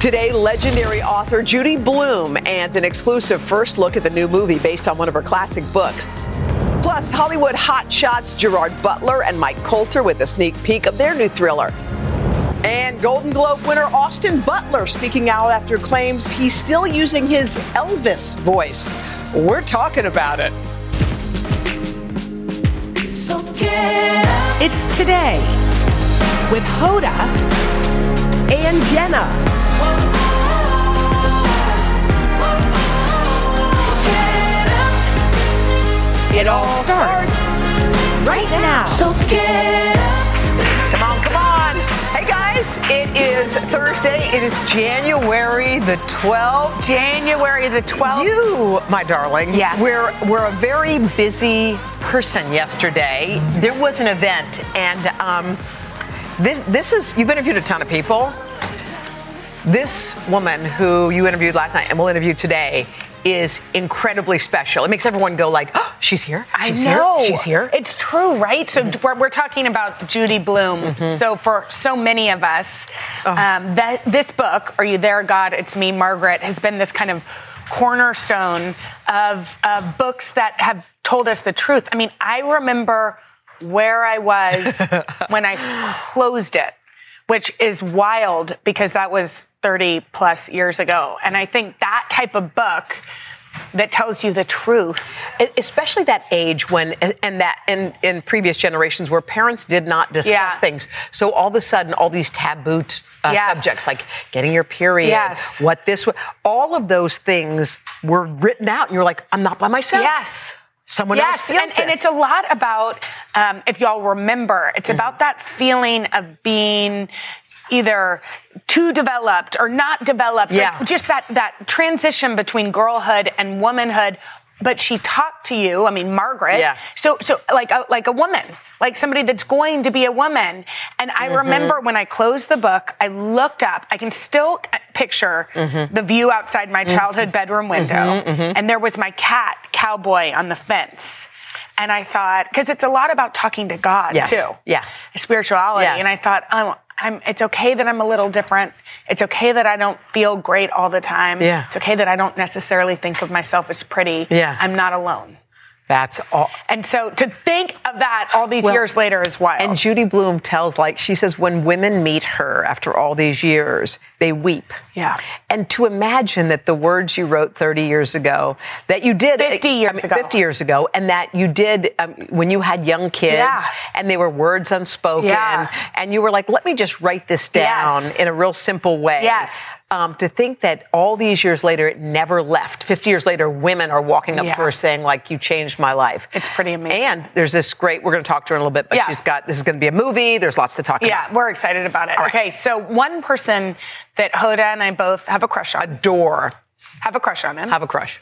Today, legendary author Judy Bloom and an exclusive first look at the new movie based on one of her classic books. Plus, Hollywood hotshots Gerard Butler and Mike Coulter with a sneak peek of their new thriller. And Golden Globe winner Austin Butler speaking out after claims he's still using his Elvis voice. We're talking about it. It's today with Hoda and Jenna. It all starts right now. So get up. Come on, come on. Hey guys, it is Thursday. It is January the 12th. January the 12th. You, my darling, Yes. we're we're a very busy person yesterday. There was an event and um, this, this is you've interviewed a ton of people. This woman who you interviewed last night and will interview today is incredibly special. It makes everyone go like, oh, she's here. I She's know. here. She's here. Mm-hmm. It's true, right? So we're, we're talking about Judy Bloom. So for so many of us, Oh. um, that this book, "Are You There, God? It's Me, Margaret," has been this kind of cornerstone of, of books that have told us the truth. I mean, I remember where I was when I closed it, which is wild because that was 30 plus years ago. And I think that type of book that tells you the truth. especially that age when and that and in previous generations where parents did not discuss Yeah. things so all of a sudden all these taboo t- uh, Yes. subjects like getting your period Yes. what this wa- all of those things were written out and you're like i'm not by myself Yes. someone else yes, feels and, and this. it's a lot about, um, if y'all remember, it's Mm-hmm. about that feeling of being either too developed or not developed. Like, Yeah. just that, that transition between girlhood and womanhood. But she talked to you. I mean, Margaret. Yeah. So, so like a, like a woman, like somebody that's going to be a woman. And I Mm-hmm. remember when I closed the book, I looked up. I can still uh, picture Mm-hmm. the view outside my childhood bedroom window, and there was my cat cowboy on the fence. And I thought, because it's a lot about talking to God yes too yes spirituality. Yes. And I thought, oh, I'm, it's okay that I'm a little different. It's okay that I don't feel great all the time. Yeah. It's okay that I don't necessarily think of myself as pretty. Yeah. I'm not alone. that's all And so to think of that all these Well, years later is wild. And Judy Bloom tells, like, she says, when women meet her after all these years, they weep. Yeah. And to imagine that the words you wrote 30 years ago, that you did 50 years I mean, ago. 50 years ago, and that you did um, when you had young kids, Yeah. and they were words unspoken, Yeah. and you were like, let me just write this down Yes. in a real simple way. Yes. Um, to think that all these years later, it never left. 50 years later, women are walking up Yeah. to her saying, like, you changed my life. It's pretty amazing. And there's this great, we're going to talk to her in a little bit, but Yeah. she's got, this is going to be a movie. There's lots to talk yeah, about. we're excited about it. All right. Okay, so one person that Hoda and I both have a crush on. Adore. Have a crush on him. Have a crush.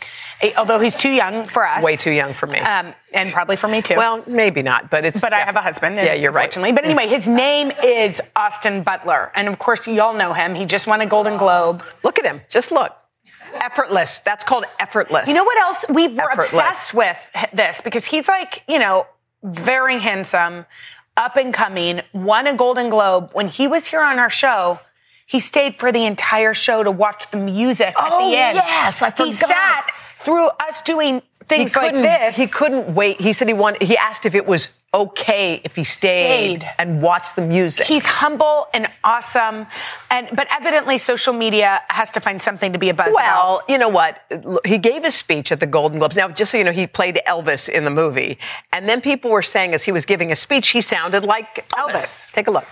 Although he's too young for us. Way too young for me. Um, and probably for me too. well, maybe not, but it's. But I have a husband. Yeah, you're right. unfortunately. But anyway, his name is Austin Butler. And of course, you all know him. He just won a Golden Globe. Look at him. Just look. Effortless. That's called effortless. You know what else? We were Effortless. obsessed with h- this because he's like, you know, very handsome, up and coming, won a Golden Globe. When he was here on our show, he stayed for the entire show to watch the music at Oh, the end. yes, I He forgot. sat through us doing He things like couldn't, this. he couldn't wait. He said he wanted, he asked if it was okay if he stayed, Stayed. and watched the music. He's humble and awesome, and but evidently social media has to find something to be a buzz Well, you know what? He gave his speech at the Golden Globes. Now, just so you know, he played Elvis in the movie. And then people were saying as he was giving his speech, he sounded like Elvis. Elvis. Take a look.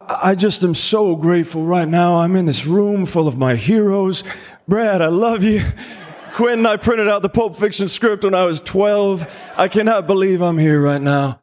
I just am so grateful right now. I'm in this room full of my heroes. Brad, I love you. Quentin, I printed out the Pulp Fiction script when I was 12. I cannot believe I'm here right now.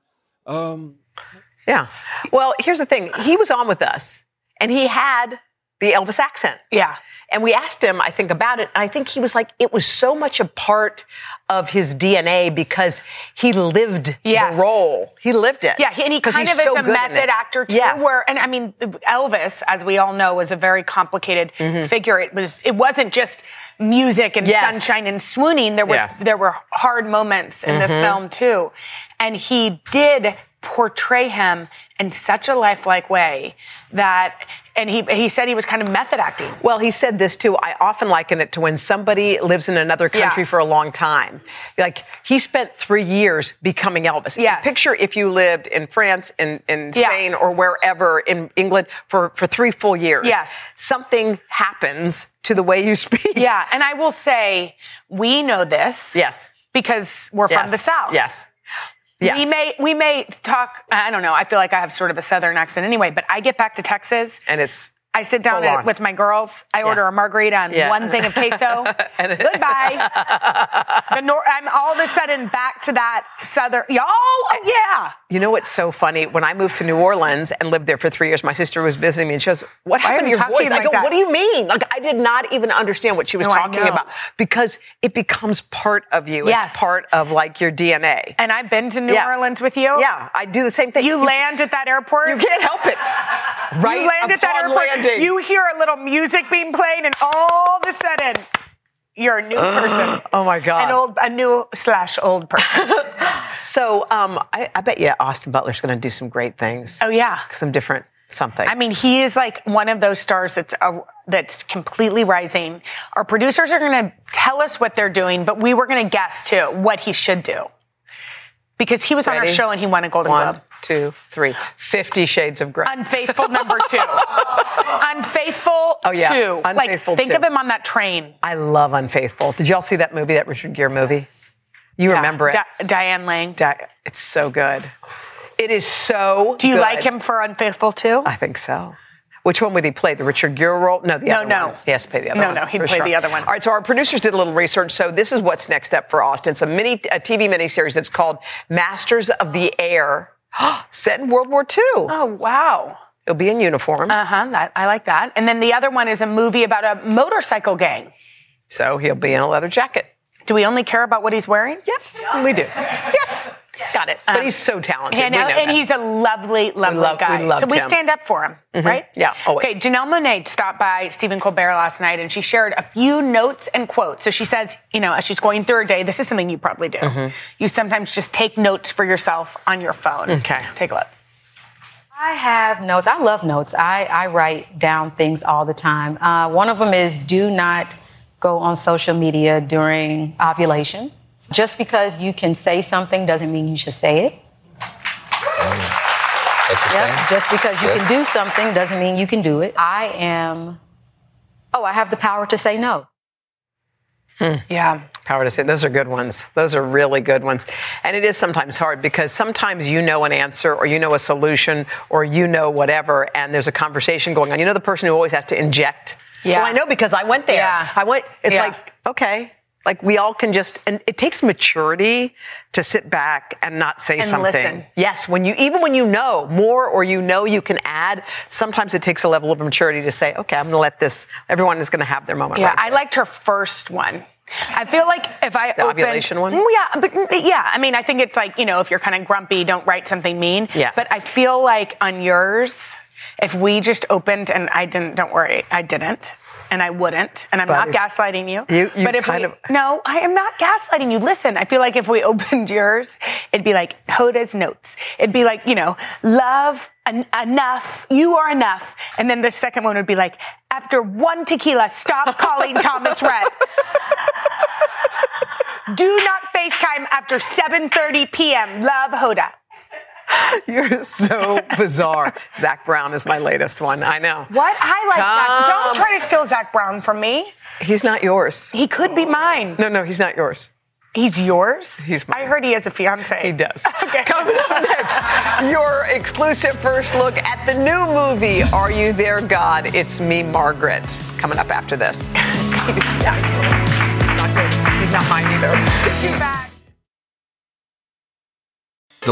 Yeah. Well, here's the thing. He was on with us, and he had the Elvis accent. Yeah. And we asked him, I think, about it. And I think he was like, it was so much a part of his DNA because he lived Yes. the role. He lived it. Yeah, he- and he 'Cause kind he's of is so a good in method it. actor too. Yes. Where and I mean, Elvis, as we all know, was a very complicated figure. It was it wasn't just music and Mm-hmm. Yes. sunshine and swooning. There was Yeah. Mm-hmm. there were hard moments in this film too, and he did portray him in such a lifelike way that and he he said he was kind of method acting. Well, he said this too. I often liken it to when somebody lives in another country Yeah. for a long time. Like he spent three years becoming Elvis. Yeah. Yes. Picture if you lived in France, in, in Yeah. Spain, or wherever in England for, for three full years. Yes. Something happens to the way you speak. Yeah, and I will say we know this. Yes. Because we're Yes. from the South. Yes. Yes. We may we may talk. I don't know. I feel like I have sort of a southern accent anyway. But I get back to Texas. and it's I sit down Full at- on. with my girls. I order a margarita and Yeah. one thing of queso. Goodbye. the nor- I'm all of a sudden back to that southern. Y'all, oh, yeah. You know what's so funny? When I moved to New Orleans and lived there for three years, my sister was visiting me and she goes, What are happened to you your talking voice? I like go, that? What do you mean? Like, I did not even understand what she was No, I talking know. about because it becomes part of you. Yes. It's part of like your DNA. And I've been to New Yeah. Orleans with you. Yeah, I do the same thing. You land at that airport. You can't help it. Right? You land at that upon airport. landing. You hear a little music being played, and all of a sudden, you're a new person. oh my God. An old, a new slash old person. so um, I, I bet you Austin Butler's going to do some great things. oh yeah. Some different something. I mean, he is like one of those stars that's a, that's completely rising. Our producers are going to tell us what they're doing, but we were going to guess too what he should do because he was on Ready? our show and he won a Golden One, Globe. two, three. Fifty Shades of Grey. Unfaithful number two. Unfaithful Oh, yeah. two. Unfaithful like, think two. of him on that train. I love Unfaithful. Did y'all see that movie, that Richard Gere movie? You remember it? Di- Diane Lang. Di- it's so good. It is so. Do you good. like him for Unfaithful too? I think so. Which one would he play? The Richard Gere role? No, the No, other no. one. He has to play the other No, one. no, he'd for play sure. the other one. All right, so our producers did a little research. So this is what's next up for Austin. It's a mini a TV miniseries that's called Masters of the Air, set in World War II. Oh wow. It'll be in uniform. Uh huh. That I like that. And then the other one is a movie about a motorcycle gang. so he'll be in a leather jacket. Do we only care about what he's wearing? Yep, we do. Yes, got it. but he's so talented. Yeah, we no, know Um, and that. he's a lovely, lovely love- we guy. loved so we him. stand up for him, right? Yeah, always. Okay, Janelle Monet stopped by Stephen Colbert last night and she shared a few notes and quotes. So she says, you know, as she's going through her day, this is something you probably do. Mm-hmm. You sometimes just take notes for yourself on your phone. Okay. Take a look. I have notes. I love notes. I, I write down things all the time. Uh, one of them is do not go on social media during ovulation. Just because you can say something doesn't mean you should say it. That's a Yep. thing. Just because you Yes. can do something doesn't mean you can do it. I am, oh, I have the power to say no. Yeah. Power to say those are good ones. Those are really good ones. And it is sometimes hard because sometimes you know an answer or you know a solution or you know whatever and there's a conversation going on. You know the person who always has to inject. Yeah. Well, I know because I went there. Yeah. I went it's Yeah. like, okay. Like we all can just and it takes maturity to sit back and not say And something. listen. Yes, when you even when you know more or you know you can add, sometimes it takes a level of maturity to say, okay, I'm gonna let this everyone is gonna have their moment. Yeah, right I liked her first one. I feel like if I The opened- ovulation one? Mm, yeah, but mm, yeah, I mean, I think it's like you know, if you're kind of grumpy, don't write something mean. Yeah. But I feel like on yours, if we just opened and I didn't, don't worry, I didn't. And I wouldn't, and I'm But not if- gaslighting you. You- you but if kind we, of- no, I am not gaslighting you. Listen, I feel like if we opened yours, it'd be like Hoda's notes. It'd be like you know, love en- enough. You are enough. And then the second one would be like, after one tequila, stop calling Thomas Rhett. Do not FaceTime after 7:30 p.m. Love Hoda. You're so bizarre. Zach Brown is my latest one. I know. What I like, Zach. Come. Don't try to steal Zach Brown from me. He's not yours. He could be mine. No, no, he's not yours. He's yours. He's mine. I heard he has a fiance. He does. Okay. Coming up next, your exclusive first look at the new movie, Are You There, God? It's Me, Margaret. Coming up after this. he's not yours. Not good. He's not mine either. Too bad. The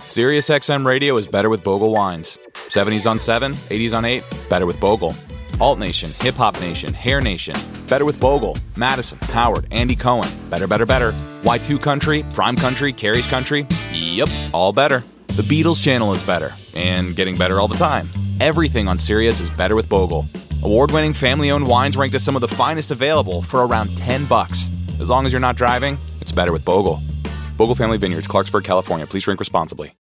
SiriusXM Radio is better with Bogle wines. 70s on 7, 80s on 8, better with Bogle. Alt Nation, Hip Hop Nation, Hair Nation, better with Bogle. Madison, Howard, Andy Cohen, better, better, better. Y2 Country, Prime Country, Carrie's Country, yep, all better. The Beatles channel is better, and getting better all the time. Everything on Sirius is better with Bogle. Award winning family owned wines ranked as some of the finest available for around 10 bucks. As long as you're not driving, it's better with Bogle. Bogle Family Vineyards, Clarksburg, California. Please drink responsibly.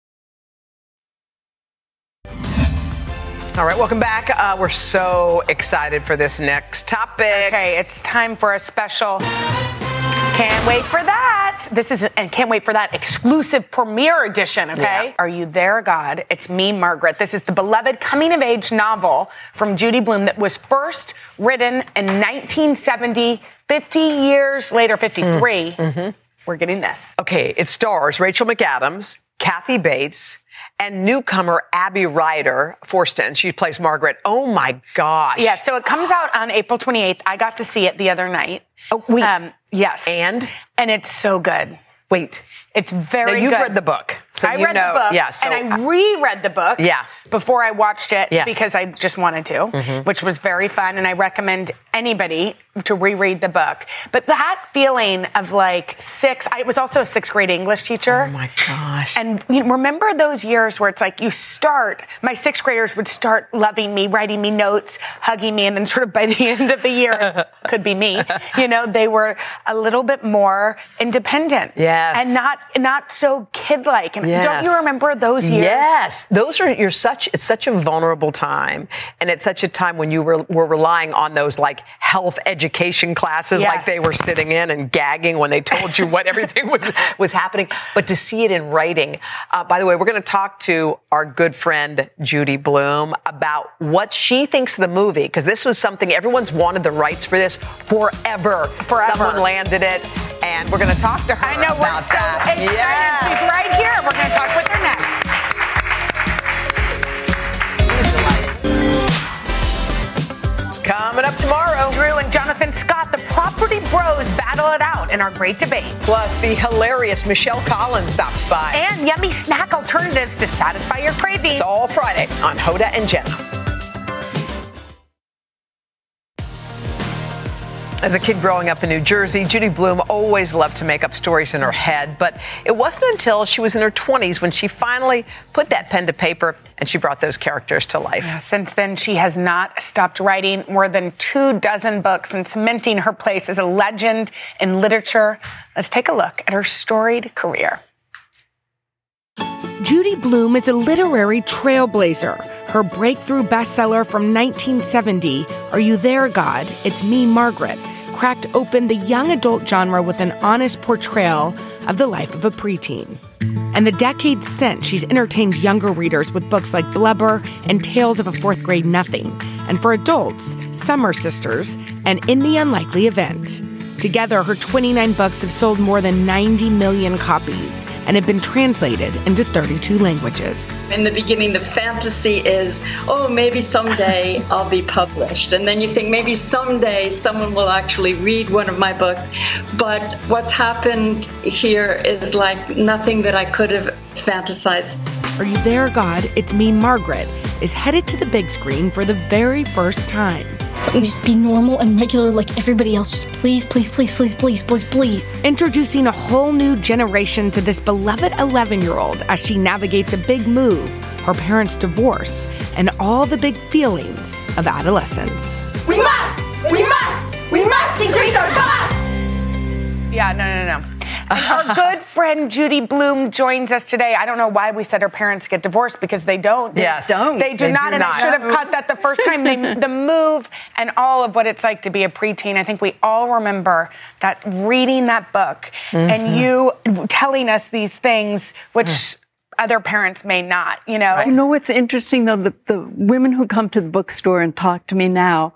All right, welcome back. Uh, we're so excited for this next topic. Okay, it's time for a special. Can't wait for that. This is and can't wait for that exclusive premiere edition. Okay, Yeah. are you there, God? It's me, Margaret. This is the beloved coming of age novel from Judy Blume that was first written in 1970. 50 years later, 53. Mm. Mm-hmm. We're getting this. Okay, it stars Rachel McAdams, Kathy Bates, and newcomer Abby Ryder Forston. She plays Margaret. Oh my gosh. Yeah, so it comes out on April 28th. I got to see it the other night. Um, Oh, wait. yes. And And it's so good. wait. It's very Now you've good. read the book. So I you read know- the book. yeah, so- uh, and I reread the book Yeah. before I watched it Yes. Mm-hmm. because I just wanted to, which was very fun. And I recommend anybody to reread the book. But that feeling of like six, I was also a sixth grade English teacher. Oh my gosh. And you know, remember those years where it's like you start, my sixth graders would start loving me, writing me notes, hugging me, and then sort of by the end of the year, could be me, you know, they were a little bit more independent. Yes. And not not so kid like. And don't Yes. you remember those years? Yes, those are you're such it's such a vulnerable time, and it's such a time when you were, were relying on those like health education classes, like Yes. they were sitting in and gagging when they told you what everything was was happening. But to see it in writing, uh, by the way, we're going to talk to our good friend Judy Bloom about what she thinks of the movie because this was something everyone's wanted the rights for this forever. Forever. someone landed it, and we're going to talk to her. I know we're about so that. excited. Yes. She's right here. We're gonna talk with her next. Coming up tomorrow. Drew and Jonathan Scott, the property bros, battle it out in our great debate. Plus, the hilarious Michelle Collins stops by. And yummy snack alternatives to satisfy your cravings. it's all Friday on Hoda and Jenna. As a kid growing up in New Jersey, Judy Bloom always loved to make up stories in her head, but it wasn't until she was in her 20s when she finally put that pen to paper and she brought those characters to life. Since then, she has not stopped writing more than two dozen books and cementing her place as a legend in literature. Let's take a look at her storied career. Judy Bloom is a literary trailblazer. Her breakthrough bestseller from 1970, Are You There, God? It's Me, Margaret, cracked open the young adult genre with an honest portrayal of the life of a preteen. And the decades since, she's entertained younger readers with books like Blubber and Tales of a Fourth Grade Nothing, and for adults, Summer Sisters and In the Unlikely Event. Together, her 29 books have sold more than 90 million copies and have been translated into 32 languages. In the beginning, the fantasy is, oh, maybe someday I'll be published. And then you think maybe someday someone will actually read one of my books. But what's happened here is like nothing that I could have fantasized. Are You There, God? It's Me, Margaret, is headed to the big screen for the very first time. Let me just be normal and regular like everybody else. Just please, please, please, please, please, please, please. Introducing a whole new generation to this beloved 11 year old as she navigates a big move, her parents' divorce, and all the big feelings of adolescence. We must! We must! We must increase our costs! Yeah, no, no, no. And our good friend Judy Bloom joins us today. I don't know why we said her parents get divorced because they don't. They Yes. don't. They do They not. do and I not. should have cut that the first time. They, the move and all of what it's like to be a preteen. I think we all remember that reading that book and Mm-hmm. you telling us these things, which other parents may not, you know. You Mm. know what's interesting though? The, the women who come to the bookstore and talk to me now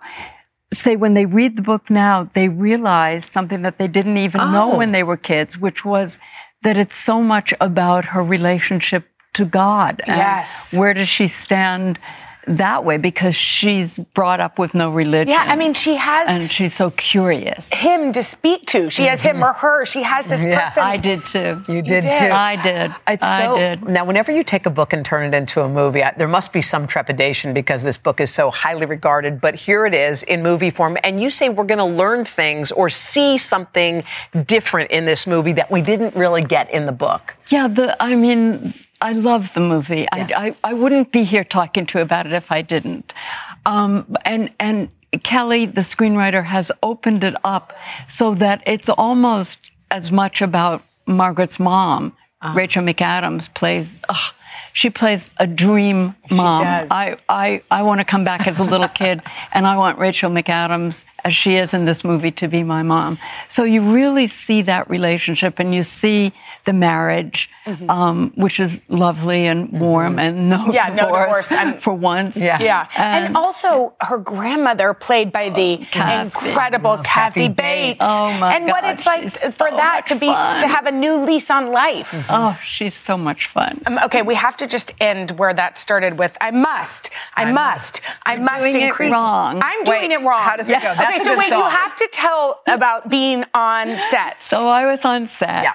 say when they read the book now, they realize something that they didn't even know Oh. when they were kids, which was that it's so much about her relationship to God. and Yes. Where does she stand? That way, because she's brought up with no religion. Yeah, I mean, she has and she's so curious. Mm-hmm. him to speak to. She has him or her. She has this person. I did too. You did, too. I did. It's I so, did. Now, whenever you take a book and turn it into a movie, I, there must be some trepidation because this book is so highly regarded. But here it is in movie form, and you say we're going to learn things or see something different in this movie that we didn't really get in the book. Yeah, the I mean, I love the movie. I, I I wouldn't be here talking to you about it if I didn't. Um, and and Kelly, the screenwriter, has opened it up so that it's almost as much about Margaret's mom. Uh-huh. Rachel McAdams plays. ugh, she plays a dream mom. does. Um, I, I, I want to come back as a little kid, and I want Rachel McAdams, as she is in this movie, to be my mom. So you really see that relationship, and you see the marriage, um, which is lovely and warm, and no Yeah, no divorce, divorce. I'm- for once. Yeah. And, also, her grandmother, played by the incredible Kathy Bates. Oh, my And what God, it's like for that to be to have a new lease on life. Oh, she's so much fun. Um, okay, we have to just end where that started with. I must. I, must. I You're must doing it increase. wrong. I'm doing Wait, it wrong. how does it Yeah. go? That's okay, a so good wait, you song. have to tell about being on set. So I was on set,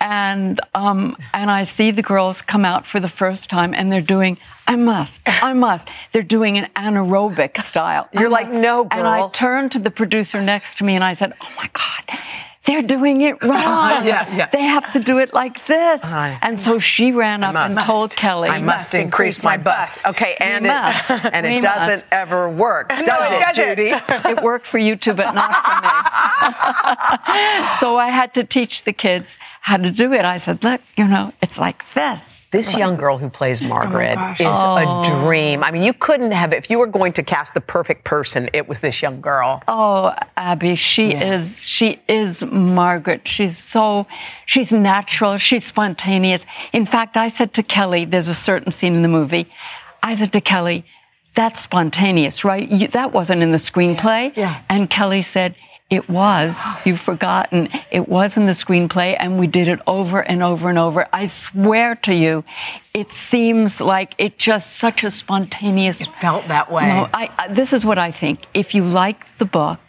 and um, and I see the girls come out for the first time, and they're doing I must, I must. They're doing an anaerobic style. You're like, no, girl. And I turned to the producer next to me, and I said, Oh my god. They're doing it wrong. Yeah, yeah. They have to do it like this. I- and so she ran up and must. told Kelly, I must increase my bust. Okay, We and it, must. and We it must. doesn't ever work, does No, it, it doesn't. Judy? it worked for you too, but not for me. so I had to teach the kids how to do it. I said, look, you know, it's like this. This young girl who plays Margaret gosh. is Oh. a dream. I mean, you couldn't have, if you were going to cast the perfect person, it was this young girl. Oh, Abby, she is she is Margaret. She's so she's natural, she's spontaneous. In fact, I said to Kelly, there's a certain scene in the movie. I said to Kelly, that's spontaneous, right? You, that wasn't in the screenplay. Yeah. And Kelly said, it was. You've forgotten. It was in the screenplay, and we did it over and over and over. I swear to you, it seems like it just such a spontaneous. It felt that way. I, I, this is what I think. If you like the book,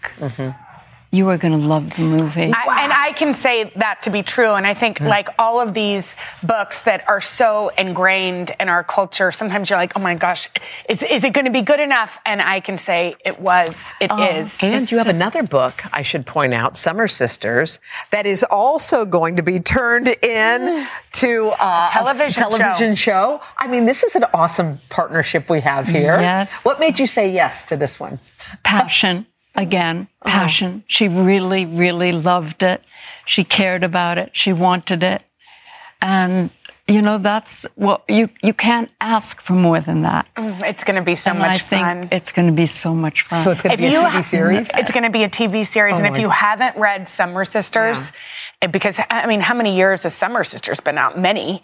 you are going to love the movie. I, and I can say that to be true. And I think, Mm. like all of these books that are so ingrained in our culture, sometimes you're like, oh my gosh, is, is it going to be good enough? And I can say it was. It is. Oh, And you have another book, I should point out, Summer Sisters, that is also going to be turned in to uh, television a television show. I mean, this is an awesome partnership we have here. Yes. What made you say yes to this one? passion again passion she really really loved it she cared about it she wanted it and you know that's what you you can't ask for more than that Mm, It's going to be so and much i think fun. it's going to be so much fun If you ha- It's going to be a TV series. Oh and if my- you haven't read Summer Sisters, it- because, I mean, how many years has Summer Sisters been out? Many.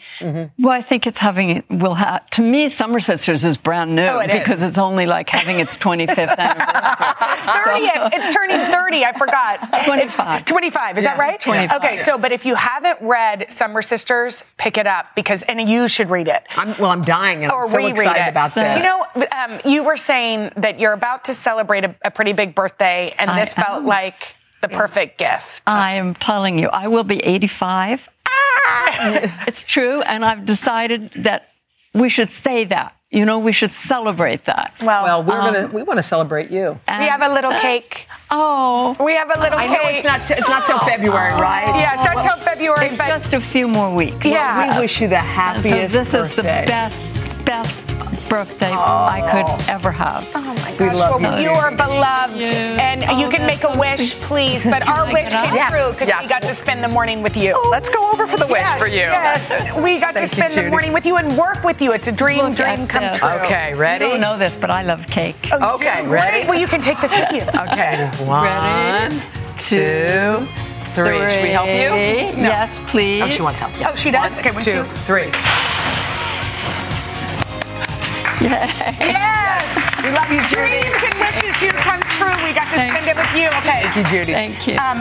Well, I think it's having it will have to me. Summer Sisters is brand new Oh, it is. because it's only like having its 25th anniversary. 30th. It's turning 30. I forgot. 25. 25. Is that Yeah, right? 25. Okay. So, but if you haven't read Summer Sisters, pick it up because, and you should read it. I'm, well, I'm dying and or I'm so reread excited it. about this. You know, um, you were saying that you're about to celebrate a, a pretty big birthday, and I this felt am. Uh, like the perfect gift. I am telling you, I will be 85. Ah! it's true, and I've decided that we should say that. You know, we should celebrate that. Well, well, we're gonna, we want to celebrate you. we have a little cake. uh, Oh, we have a little I cake. know it's not, t- it's not till February, right? Yeah, it's not till February, It's but just a few more weeks. Yeah. Well, we wish you the And happiest So this is the birthday. best, best birthday I could ever have. Oh my gosh, well, you. are beloved, and you Oh, can make a wish, please. But our wish came Yes, true because yes. we got to spend the morning with you. Let's go over for the wish yes, for you. Yes, we got to Thank you, spend the Judy. morning with you and work with you. It's a dream, dream come true. Oh, You don't know this, but I love cake. Okay, ready? Well, you can take this with you. Okay. One, two, three. Should we help you? Three. Yes, please. Oh, she wants help. Oh, she does? Okay, One, two, three. Yes. We love you, Judy. Dreams and wishes do come true. We got to spend it with you. Okay. Thank you, Judy. Thank you. Um,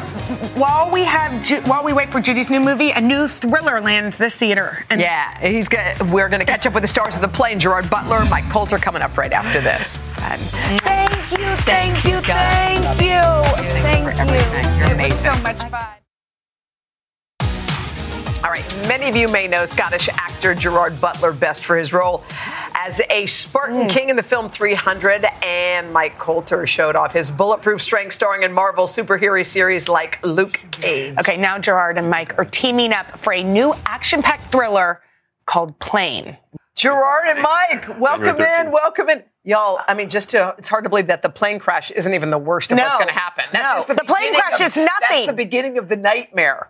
while we have, Ju- while we wait for Judy's new movie, a new thriller lands this theater. And Yeah, he's gonna, we're going to catch up with the stars of the play, and Gerard Butler and Mike Coulter coming up right after this. Thank you, thank you, thank you, thank you. You're It was amazing. so much fun. All right, many of you may know Scottish actor Gerard Butler best for his role as a Hmm. Spartan King in the film 300, and Mike Coulter showed off his bulletproof strength starring in Marvel superhero series like Luke Cage. Okay, now Gerard and Mike are teaming up for a new action-packed thriller called Plane. Gerard and Mike, welcome in, welcome in. Y'all, I mean, just to, it's hard to believe that the plane crash isn't even the worst of No. what's going to happen. That's No. just the, The plane beginning crash of- is nothing. That's the beginning of the nightmare.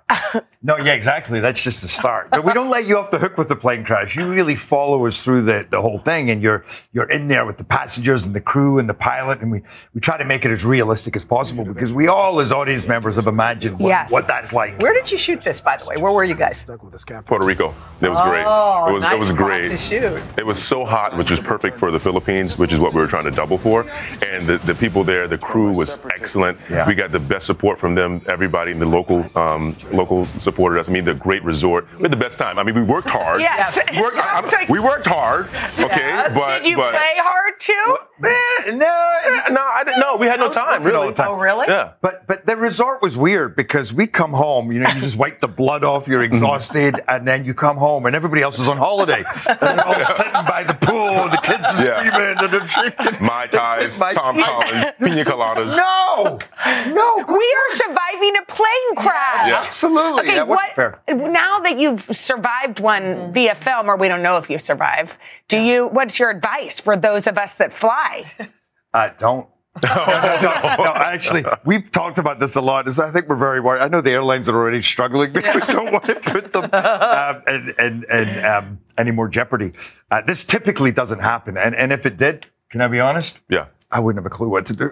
No, yeah, exactly. That's just the start. But we don't let you off the hook with the plane crash. You really follow us through the, the whole thing, and you're you're in there with the passengers and the crew and the pilot, and we, we try to make it as realistic as possible because we all, as audience members, have imagined what, Yes. what that's like. Where did you shoot this, by the way? Where were you guys? Puerto Rico. It was great. Oh, It was nice it was spot great. to shoot. It was so hot, which is perfect for the Philippines, which is what we were trying to double for. And the, the people there, the crew was excellent. Yeah. We got the best support from them. Everybody in the local um, local supported us. I mean, the great resort. We had the best time. I mean, we worked hard. Yes. We worked, I- I don't- we worked hard. Okay, Yes. but Did you but, play hard too? Eh, no, no, I didn't. No, we had no time. working all Really. the time. Oh, really? Yeah. But but the resort was weird because we come home, you know, you just wipe the blood off, you're exhausted, and then you come home and everybody else is on holiday. And they're all sitting by the pool, the kids are Yeah. screaming and they're drinking. My ties, Mai Tom Tais. Collins, pina coladas. No, no. We are surviving a plane crash. Yeah. Absolutely. Okay, That wasn't what, fair. Now that you've survived one via film, or we don't know if you survive, do you? What's your advice for those of us that fly? I don't. no, no, no, no, actually, we've talked about this a lot. is I think we're very worried. I know the airlines are already struggling, but we don't want to put them um, in, in, in um, any more jeopardy. Uh, this typically doesn't happen. And, and if it did, can I be honest? Yeah. I wouldn't have a clue what to do.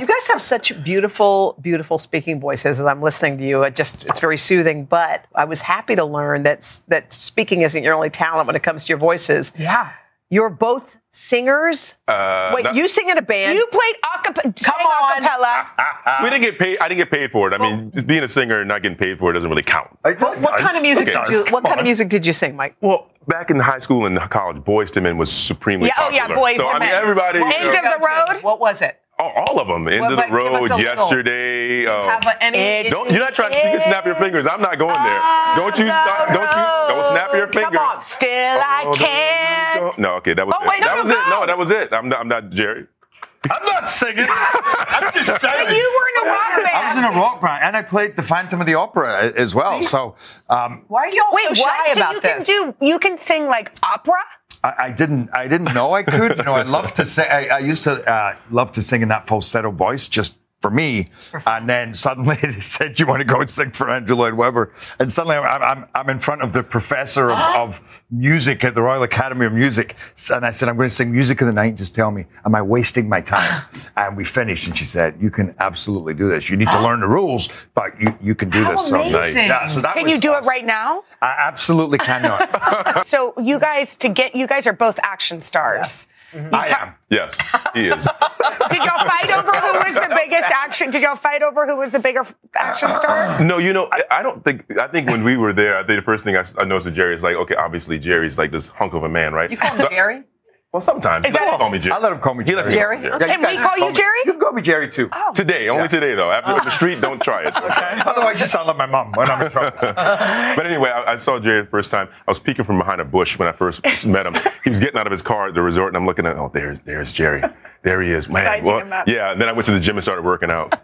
You guys have such beautiful, beautiful speaking voices. As I'm listening to you, it just it's very soothing. But I was happy to learn that s- that speaking isn't your only talent when it comes to your voices. Yeah, you're both singers. Uh, Wait, that- you sing in a band? You played acapella. Come on, acapella. Uh, we didn't get paid. I didn't get paid for it. I mean, just being a singer and not getting paid for it doesn't really count. What, what kind of music? It Did does. you, Come what kind of on. music did you sing, Mike? Well, back in high school and college, Boys to Men was supremely Yeah, oh, popular. yeah, Boyz so, II I mean, Men. everybody. End you know, of the road. What was it? all, Oh, all of them. End Well, of the but give us road. a little. Yesterday. um, Have a- any? don't, you're not trying to you can snap your fingers. I'm not going there. Don't you stop? Don't you? Don't snap your Oh, fingers. Still, I can't. No, okay, that was Oh, it. wait, that no, was no, it. No, that was it. I'm not. I'm not Jerry. I'm not singing. I'm just But you were in a rock band. I was in a rock band, and I played the Phantom of the uh, Opera a- as well. So um, Why are you all Wait, so shy what? so about you this? can do? You can sing like opera. I, I didn't. I didn't know I could. You know, I love to sing. I, I used to uh, love to sing in that falsetto voice, just for me. And then suddenly they said, "You want to go and sing for Andrew Lloyd Webber?" And suddenly I'm, I'm, I'm in front of the professor of, of music at the Royal Academy of Music, and I said, "I'm going to sing music of the night. Just tell me, am I wasting my time?" and we finished, and she said, "You can absolutely do this. You need to learn the rules, but you you can do How this." amazing. yeah, so that can was, you do it right now? I absolutely cannot. so you guys to get you guys are both action stars. I am. Yes, he is. Did y'all fight over who was the biggest action? Did y'all fight over who was the bigger f- action star? No, you know, I, I don't think. I think when we were there, I think the first thing I, s- I noticed with Jerry is like, okay, obviously Jerry's like this hunk of a man, right? You call him Jerry? Well, sometimes Is he doesn't that- call me Jerry. I let him call me He lets me Jerry. call me Jerry? Jerry. Yeah, Can we guys call you me- Jerry? Oh. You can call me Jerry too. Oh. Today, only today though. After the street, don't try it. Otherwise, you sound like my mom when I'm in trouble. but anyway, I, I saw Jerry the first time. I was peeking from behind a bush when I first met him. He was getting out of his car at the resort, and I'm looking at, oh, there's there's Jerry. There he is, man. Sizing well, him up. yeah. And then I went to the gym and started working out.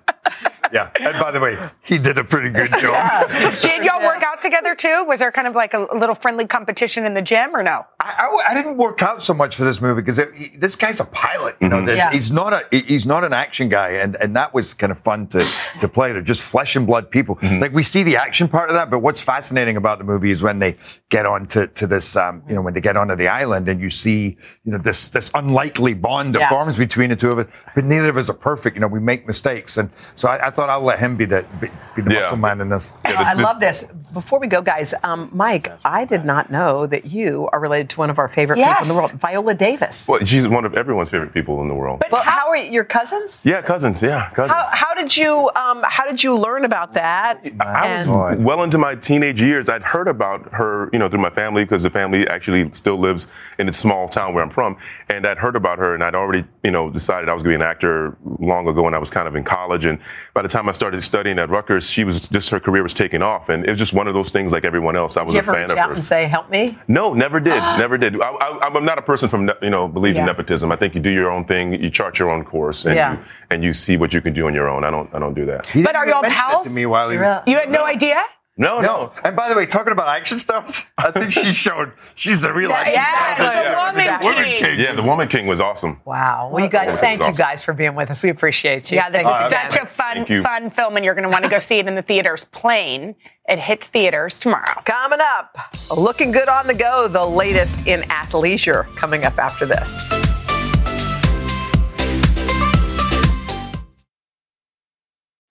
yeah. And by the way, he did a pretty good job. Did y'all work out together too? Was there kind of like a little friendly competition in the gym or no? I, I- I didn't work out so much for this movie because this guy's a pilot. You know, Mm-hmm. Mhm. There's- Yeah. he's not a he- he's not an action guy, and, and that was kind of fun to to play. They're just flesh and blood people. Mm-hmm. Like we see the action part of that, but what's fascinating about the movie is when they get on to, to this, um, you know, when they get onto the island, and you see, you know, this this unlikely bond that Yeah. forms between the two of us. But neither of us are perfect. You know, we make mistakes, and so I, I thought I'll let him be the be, be the muscle man in this. I love this. Before we go, guys, um, Mike, I did not know that you are related to one of our favorite people in the Yes. world, Viola Davis. Well, she's one of everyone's favorite people in the world. But how, are you, your cousins? yeah, cousins. Yeah, cousins. How, how did you um, how did you learn about that? I was And- well into my teenage years. I'd heard about her, you know, through my family because the family actually still lives in the small town where I'm from, and I'd heard about her, and I'd already, you know, decided I was going to be an actor long ago, and I was kind of in college. And by the time I started studying at Rutgers, she was just her career was taking off, and it was just one of those things like everyone else. I Did was you a ever fan reach of out hers. and say, "Help me"? No, never did. never did. I, I, I'm not a person from ne- you know believes in Yeah. nepotism. I think you do your own thing, you chart your own course, and Yeah. you, and you see what you can do on your own. I don't I don't do that. but are y'all pals? to me while he was- you had no idea? No, no. And by the way, talking about action stars, I think she showed she's the real Yeah, action yeah, star. the woman king. Yeah, the Woman King was awesome. Wow. Well, you guys, Awesome. thank you Awesome. guys for being with us. We appreciate you. Yeah, this Thank is you. such a fun, Thank you. fun film, and you're going to want to go see it in the theaters. Plain, it hits theaters tomorrow. Coming up, looking good on the go. The latest in athleisure coming up after this.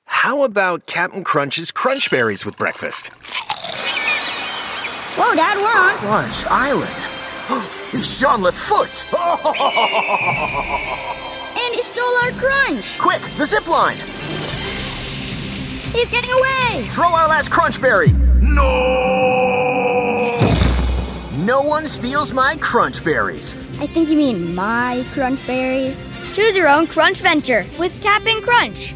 How about Captain Crunch's Crunch Berries with breakfast? Whoa, Dad, we're on Crunch Island. it's Jean Lafoot. and he stole our crunch. Quick, the zip line. He's getting away. Throw our last crunch berry. No. No one steals my crunch berries. I think you mean my crunch berries. Choose your own crunch venture with Captain Crunch.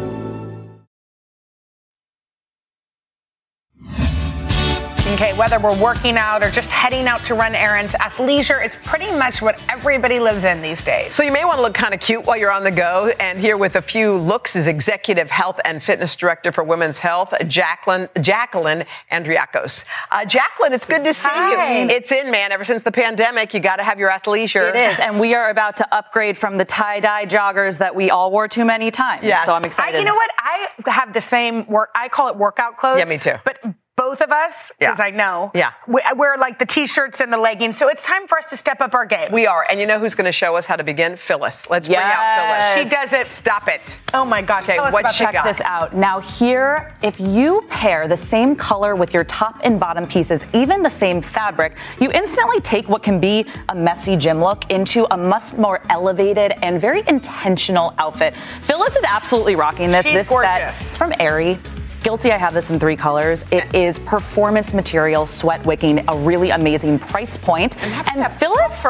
Okay, whether we're working out or just heading out to run errands, athleisure is pretty much what everybody lives in these days. So you may want to look kind of cute while you're on the go. And here with a few looks is Executive Health and Fitness Director for Women's Health, Jacqueline Jacqueline Andriakos. Uh, Jacqueline, it's good to see Hi. you. It's in, man. Ever since the pandemic, you got to have your athleisure. It is, and we are about to upgrade from the tie-dye joggers that we all wore too many times. So I'm excited. I, you know what? I have the same work. I call it workout clothes. Yeah, me too. But both of us, because Yeah. I know, Yeah. we, I wear like the t-shirts and the leggings. So it's time for us to step up our game. We are. And you know who's going to show us how to begin? Phyllis. Let's Yes. bring out Phyllis. She does it. Stop it. Oh my gosh. Okay, Tell us what about she check got? this out. Now here, if you pair the same color with your top and bottom pieces, even the same fabric, you instantly take what can be a messy gym look into a much more elevated and very intentional outfit. Phyllis is absolutely rocking this. She's this gorgeous. set, it's from Aerie. Guilty, I have this in three colors. It is performance material, sweat wicking, a really amazing price point. And, Phyllis,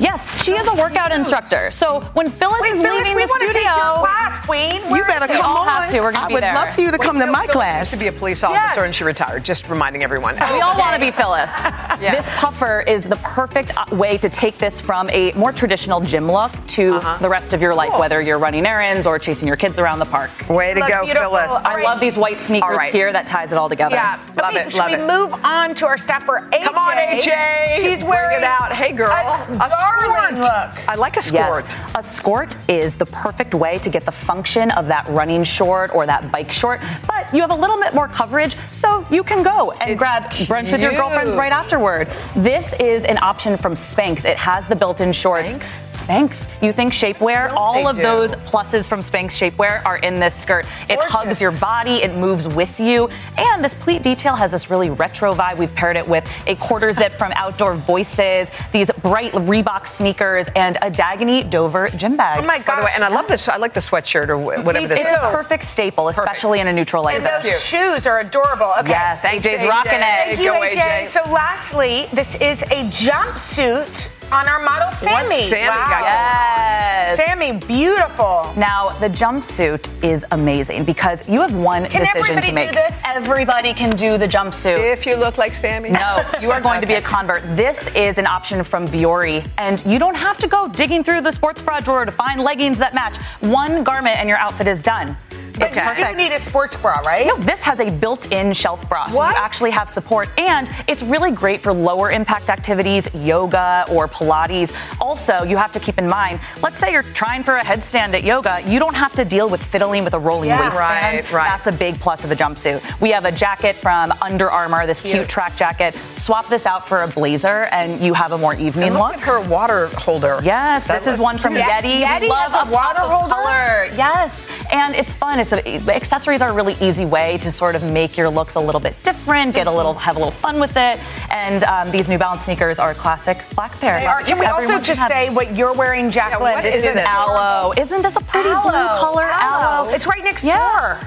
yes, she is a workout instructor. So when Phyllis Wait, is Phyllis, leaving we the wanna studio, take your class, Queen. Where is it? We all have to. We're gonna I be would there. love for you to come to my class. used to be a police officer Yes. and she retired. Just reminding everyone. We all want to be Phyllis. This puffer is the perfect uh, way to take this from a more traditional gym look to Uh-huh. the rest of your life, whether you're running errands or chasing your kids around the park. Way to Look go, beautiful. Phyllis. All I right. love these white All sneakers right. here that ties it all together. Yeah, But we- should we move on to our staffer AJ? Come on, AJ. She's Bring wearing it out. Hey, girl. A, A darling skirt. look. I like a Yes. squirt. A skort is the perfect way to get the function of that running short or that bike short, but you have a little bit more coverage, so you can go and grab brunch with your cute. girlfriends right afterward. This is an option from Spanx. It has the built-in shorts. Spanx. You think shapewear? they All of do? those pluses from Spanx shapewear are in this skirt. It hugs your body. It moves with you, and this pleat detail has this really retro vibe. We've paired it with a quarter zip from Outdoor Voices, these bright Reebok sneakers, and a Dagony Dover gym bag. Oh my By the way, and I love this. I like the sweatshirt or wh- whatever this It's is. a perfect staple, especially in a neutral light. And those shoes are adorable. Okay. Yes, Thanks, AJ's rocking it. Thank you, Go, AJ. AJ. So lastly, this is a jumpsuit on our model Sammy. Sammy wow. got going on? Sammy, beautiful. Now, the jumpsuit is amazing because you have one Can decision everybody to do make. this? Everybody can do the jumpsuit. If you look like Sammy. No, you are going to be a convert. This is an option from Viore, and you don't have to go digging through the sports bra drawer to find leggings that match. One garment and your outfit is done. But you do need a sports bra, right? No, this has a built-in shelf bra, so What? you actually have support, and it's really great for lower impact activities, yoga or Pilates. Also, you have to keep in mind, let's say you're trying for a headstand at yoga, you don't have to deal with fiddling with a rolling Yeah. waistband. Right, right. That's a big plus of a jumpsuit. We have a jacket from Under Armour, this cute, Cute. track jacket. Swap this out for a blazer, and you have a more evening And look look. at her water holder. Yes, That this is looks one from cute. Yeti. Yeti We love has a water pop of holder? color. Yes, and it's fun. It's a, the accessories are a really easy way to sort of make your looks a little bit different, get a little Mm-hmm. have a little fun with it. And um, these New Balance sneakers are a classic black pair. They are. Can we also Everyone just have- say what you're wearing, Jacqueline? what is it? Aloe. Isn't this a pretty blue color? Aloe. It's right next door.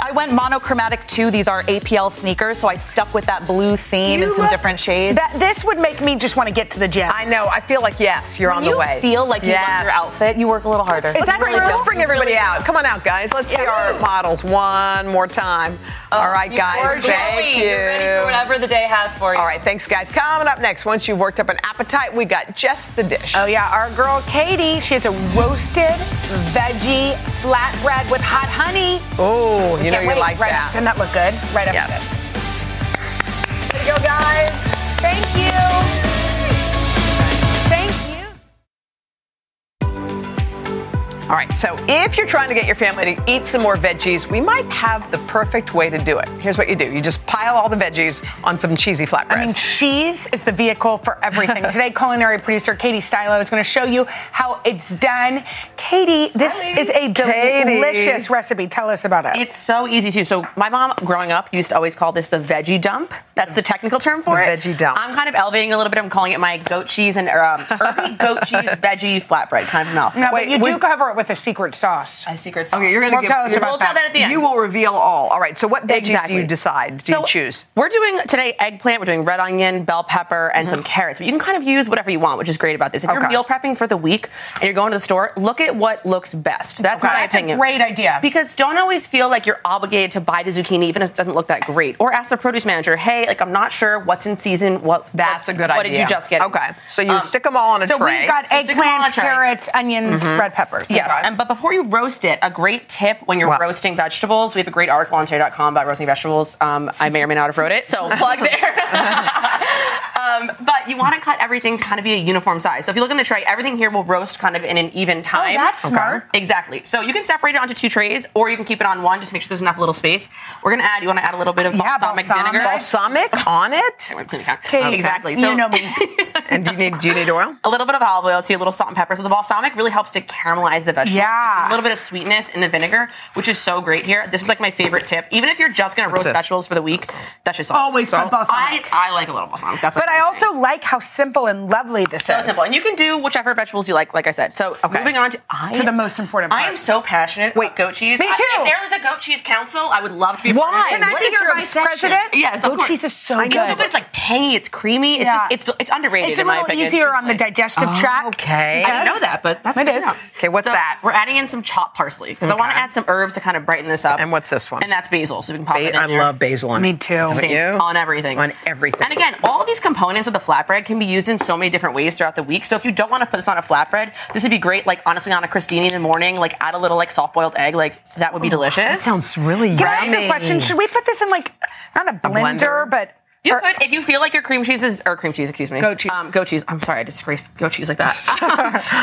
I went monochromatic too. These are APL sneakers, so I stuck with that blue theme You in some look- different shades. That, this would make me just want to get to the gym. I know. I feel like yes, you're on you the way. feel like you love Yes. your outfit, you work a little harder. Let's, bring, let's bring everybody out. Come on out, guys. Let's see our models one more time. Oh, All right, you guys. gorgeous. Thank Joey, you. you're ready for whatever the day has for you. All right, thanks, guys. Coming up next, once you've worked up an appetite, we got just the dish. Oh yeah, our girl Katie, she has a roasted veggie flatbread with hot honey. Oh, We you know can't you wait. like right, that. Doesn't that look good? Right after this. There you go, guys. Thank you. Thank you. All right, so if you're trying to get your family to eat some more veggies, we might have the perfect way to do it. Here's what you do you just pile all the veggies on some cheesy flatbread. I mean, cheese is the vehicle for everything. Today, culinary producer Katie Stylo is going to show you how it's done. Katie, this is a Katie. delicious recipe. Tell us about it. It's so easy too. So my mom, growing up, used to always call this the veggie dump. That's the technical term for The it. veggie dump. I'm kind of elevating a little bit. I'm calling it my goat cheese and or, um, herby goat cheese veggie flatbread kind of mouth. No, but you do cover it with a secret sauce. A secret sauce. Okay, you're going to Well, tell us about we'll that. You will reveal all. All right. So, what veggies Exactly. do you decide? Do So, you choose? We're doing today eggplant, we're doing red onion, bell pepper, and some carrots. But you can kind of use whatever you want, which is great about this. If Mm-hmm. Okay. you're meal prepping for the week and you're going to the store, look at what looks best. That's Okay. my That's a opinion. great idea. Because don't always feel like you're obligated to buy the zucchini even if it doesn't look that great. Or ask the produce manager, hey, like I'm not sure what's in season, what That's a good What did idea. you just get? Um, Okay. So you stick 'em all on a so tray. We've got So stick 'em all on a eggplants, tray. carrots, onions, Mhm. red peppers. Yes, Okay. and, but before you roast it, a great tip when you're roasting vegetables, we have a great article on today.com about roasting vegetables. Um, I may or may not have wrote it, so plug there. um, but you want to cut everything to kind of be a uniform size. So if you look in the tray, everything here will roast kind of in an Oh, even time. that's Okay. smart. Exactly. So you can separate it onto two trays, or you can keep it on one. Just make sure there's enough little space. We're gonna add. You want to add a little bit of Yeah, balsamic balsamic. vinegar. Balsamic on it. Okay, exactly. So you know me. and do you need do you need oil? a little bit of olive oil too, a little salt and pepper. So the balsamic really helps to caramelize the vegetables. Yeah. There's A little bit of sweetness in the vinegar, which is so great here. This is like my favorite tip. Even if you're just gonna What's roast this? vegetables for the week, that's just Always put balsamic. I, I like a little balsamic. That's but what I I'm also like how simple and lovely this so is. simple, and you can do whichever vegetables you like. Like I said, so moving on to I, To the most important I am so passionate. Wait, goat cheese. Me I- too. if there was a goat cheese council, I would love to be. a part of Why? it. Can I What be is your your vice obsession? president? Yes, of Goat course. cheese is so I know, good. but it's like tangy. It's creamy. It's Yeah. just it's it's underrated. It's a in my little opinion. easier on the digestive tract. I didn't know that, but that's It good to is. know. Okay, what's So that? We're adding in some chopped parsley because I want to add some herbs to kind of brighten this up. And what's this one? And that's basil, so we can pop Ba- it in I there. love basil on Me it. too. Don't Same. you? On everything. On everything. And again, all of these components of the flatbread can be used in so many different ways throughout the week. So if you don't want to put this on a flatbread, this would be great. Like honestly, on a crostini in the morning, like add a little like soft boiled egg, like that would be delicious. That sounds really Can Can I ask you a question? Should we put this in like not a blender, but You could, if you feel like your cream cheese is, or cream cheese, excuse me. Goat cheese. Um, goat cheese. I'm sorry, I disgraced goat cheese like that.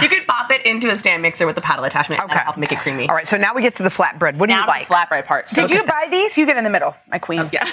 you could pop it into a stand mixer with the paddle attachment and that'll help make it creamy. All right, so now we get to the flatbread. What do Now you to the like? flatbread part. did you buy these? You get in the middle, my queen. yeah.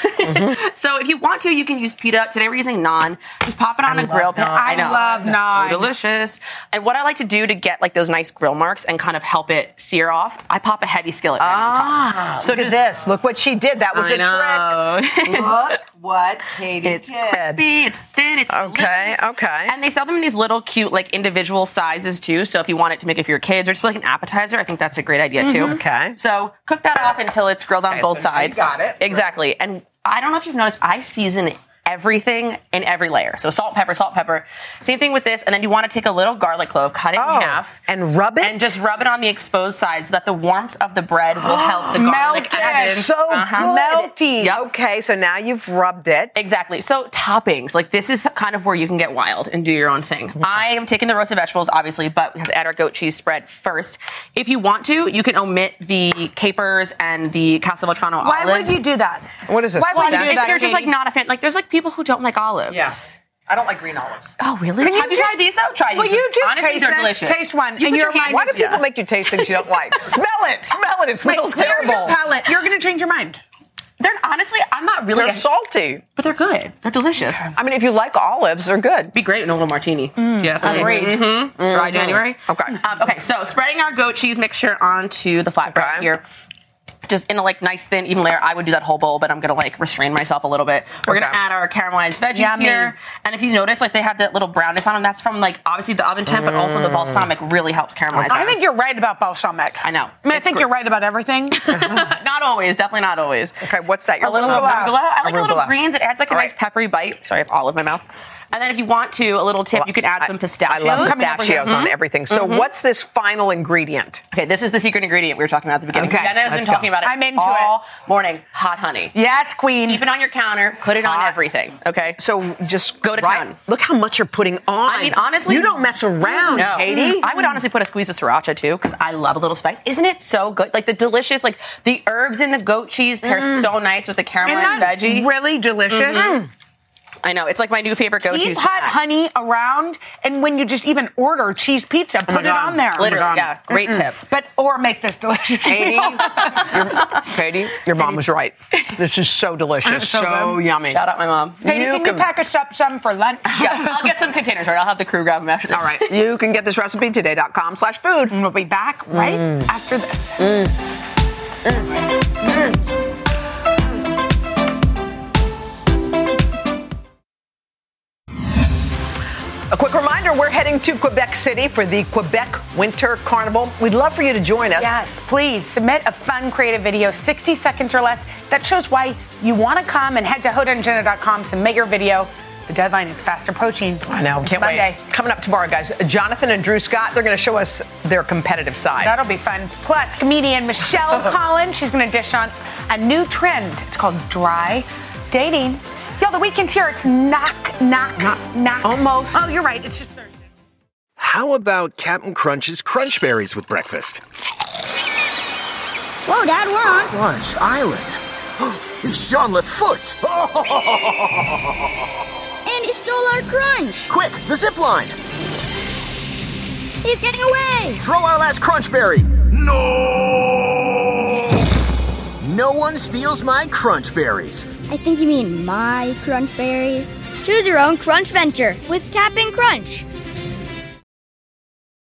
so if you want to, you can use pita. Today we're using naan. Just pop it on a grill pan. naan. I love It's naan. So delicious. And what I like to do to get like those nice grill marks and kind of help it sear off, I pop a heavy skillet pan on Ah, top. look at this. Look what she did. That was I a trick. Look what Katie It's did. crispy. It's thin. It's okay. Okay. And they sell them in these little cute, like individual sizes too. So if you want it to make it for your kids or just like an appetizer, I think that's a great idea too. Mm-hmm. Mhm. Okay. So cook that off until it's grilled on Okay, both so now you sides. got it. Exactly. And I don't know if you've noticed, I season everything in every layer. So salt, pepper, salt, pepper. Same thing with this. And then you want to take a little garlic clove, cut it in half, Oh. and rub it, and just rub it on the exposed side so that the warmth of the bread will help the garlic. add in. So Uh-huh. melty. Okay, so now you've rubbed it. Exactly. So toppings, like this is kind of where you can get wild and do your own thing. I am taking the roasted vegetables, obviously, but we have to add our goat cheese spread first. If you want to, you can omit the capers and the Castelvetrano Why would olives. you do that? What is this? Why would you Well, do if that? you're If you're just like not a fan, like there's like people who don't like olives. Yes. I don't like green olives. Oh, really? Can you have you just- tried these though? Try these. Well, you just Honestly, taste they're this- delicious. taste one, You and put you're your hand- like, Why do people make you taste things you don't like? smell it, smell it. It smells clear terrible. Your palate. You're going to change your mind. They're honestly, I'm not really They're salty, but they're good. They're delicious. I mean, if you like olives, they're good. Be great in a little martini. Mm. yeah, that's what agreed. I mean. Mm-hmm. Dry Mhm. January. Okay. Um, okay. So spreading our goat cheese mixture onto the flatbread here. Just in a like nice thin even layer. I would do that whole bowl, but I'm gonna like restrain myself a little bit. We're gonna Okay. add our caramelized veggies Yummy. here, and if you notice, like they have that little brownness on them. That's from like obviously the oven temp, but also the Mm. balsamic really helps caramelize. I them. think you're right about balsamic. I know. I mean, I think you're right about everything. not always, definitely not always. Okay, what's that? A little arugula. I like a little Arugula. greens. It adds like a nice peppery bite. Sorry, I have olive in my mouth. And then if you want to, a little tip, you can add some I pistachios. love pistachios on Mhm. everything. So Mhm. what's this final ingredient? Okay, this is the secret ingredient we were talking about at the beginning. Okay, Jenna has let's been go. talking about it. I'm into all morning. Hot honey. Yes, queen. Keep it on your counter. Put it on Hot. everything. Okay. So just go to right- town. Look how much you're putting on. I mean, honestly, mm, you don't mess around, No. Mm-hmm. Katie. I would honestly put a squeeze of sriracha too, because I love a little spice. Isn't it so good? Like the delicious, like the herbs in the goat cheese pair Mm. so nice with the caramelized Isn't that veggie. really delicious? Mhm. I know it's like my new favorite go-to. Keep hot snack. honey around, and when you just even order cheese pizza, Oh my put it God. on there. Literally, Oh my God. yeah. Great Mm-mm. tip. But or make this delicious. Katie, your, Katie, your mom was right. This is so delicious, so, So good. yummy. Shout out my mom. Katie, You can, you can- pack us up some for lunch? Yeah, I'll get some containers right. I'll have the crew grab them after this. All right, you can get this recipe today.com slash food. And we'll be back right Mm. after this. A quick reminder, we're heading to Quebec City for the Quebec Winter Carnival. We'd love for you to join us. Yes, please submit a fun creative video, 60 seconds or less, that shows why you want to come and head to hodaandjenna.com, submit your video. The deadline is fast approaching. I know, It's can't Monday. wait. Coming up tomorrow, guys, Jonathan and Drew Scott, they're going to show us their competitive side. That'll be fun. Plus, comedian Michelle Collins, she's going to dish on a new trend. It's called dry dating. Y'all, the weekend's here. It's knock, knock, knock. Almost. Oh, you're right. It's just Thursday. How about Captain Crunch's Crunch Berries with breakfast? Whoa, Dad, we're on Crunch Island. It's John Lefoot. And he stole our crunch. Quick, the zip line. He's getting away. Throw our last Crunch Berry. No. No one steals my Crunch Berries. I think you mean my crunch berries. Choose your own crunch venture with Cap'n Crunch.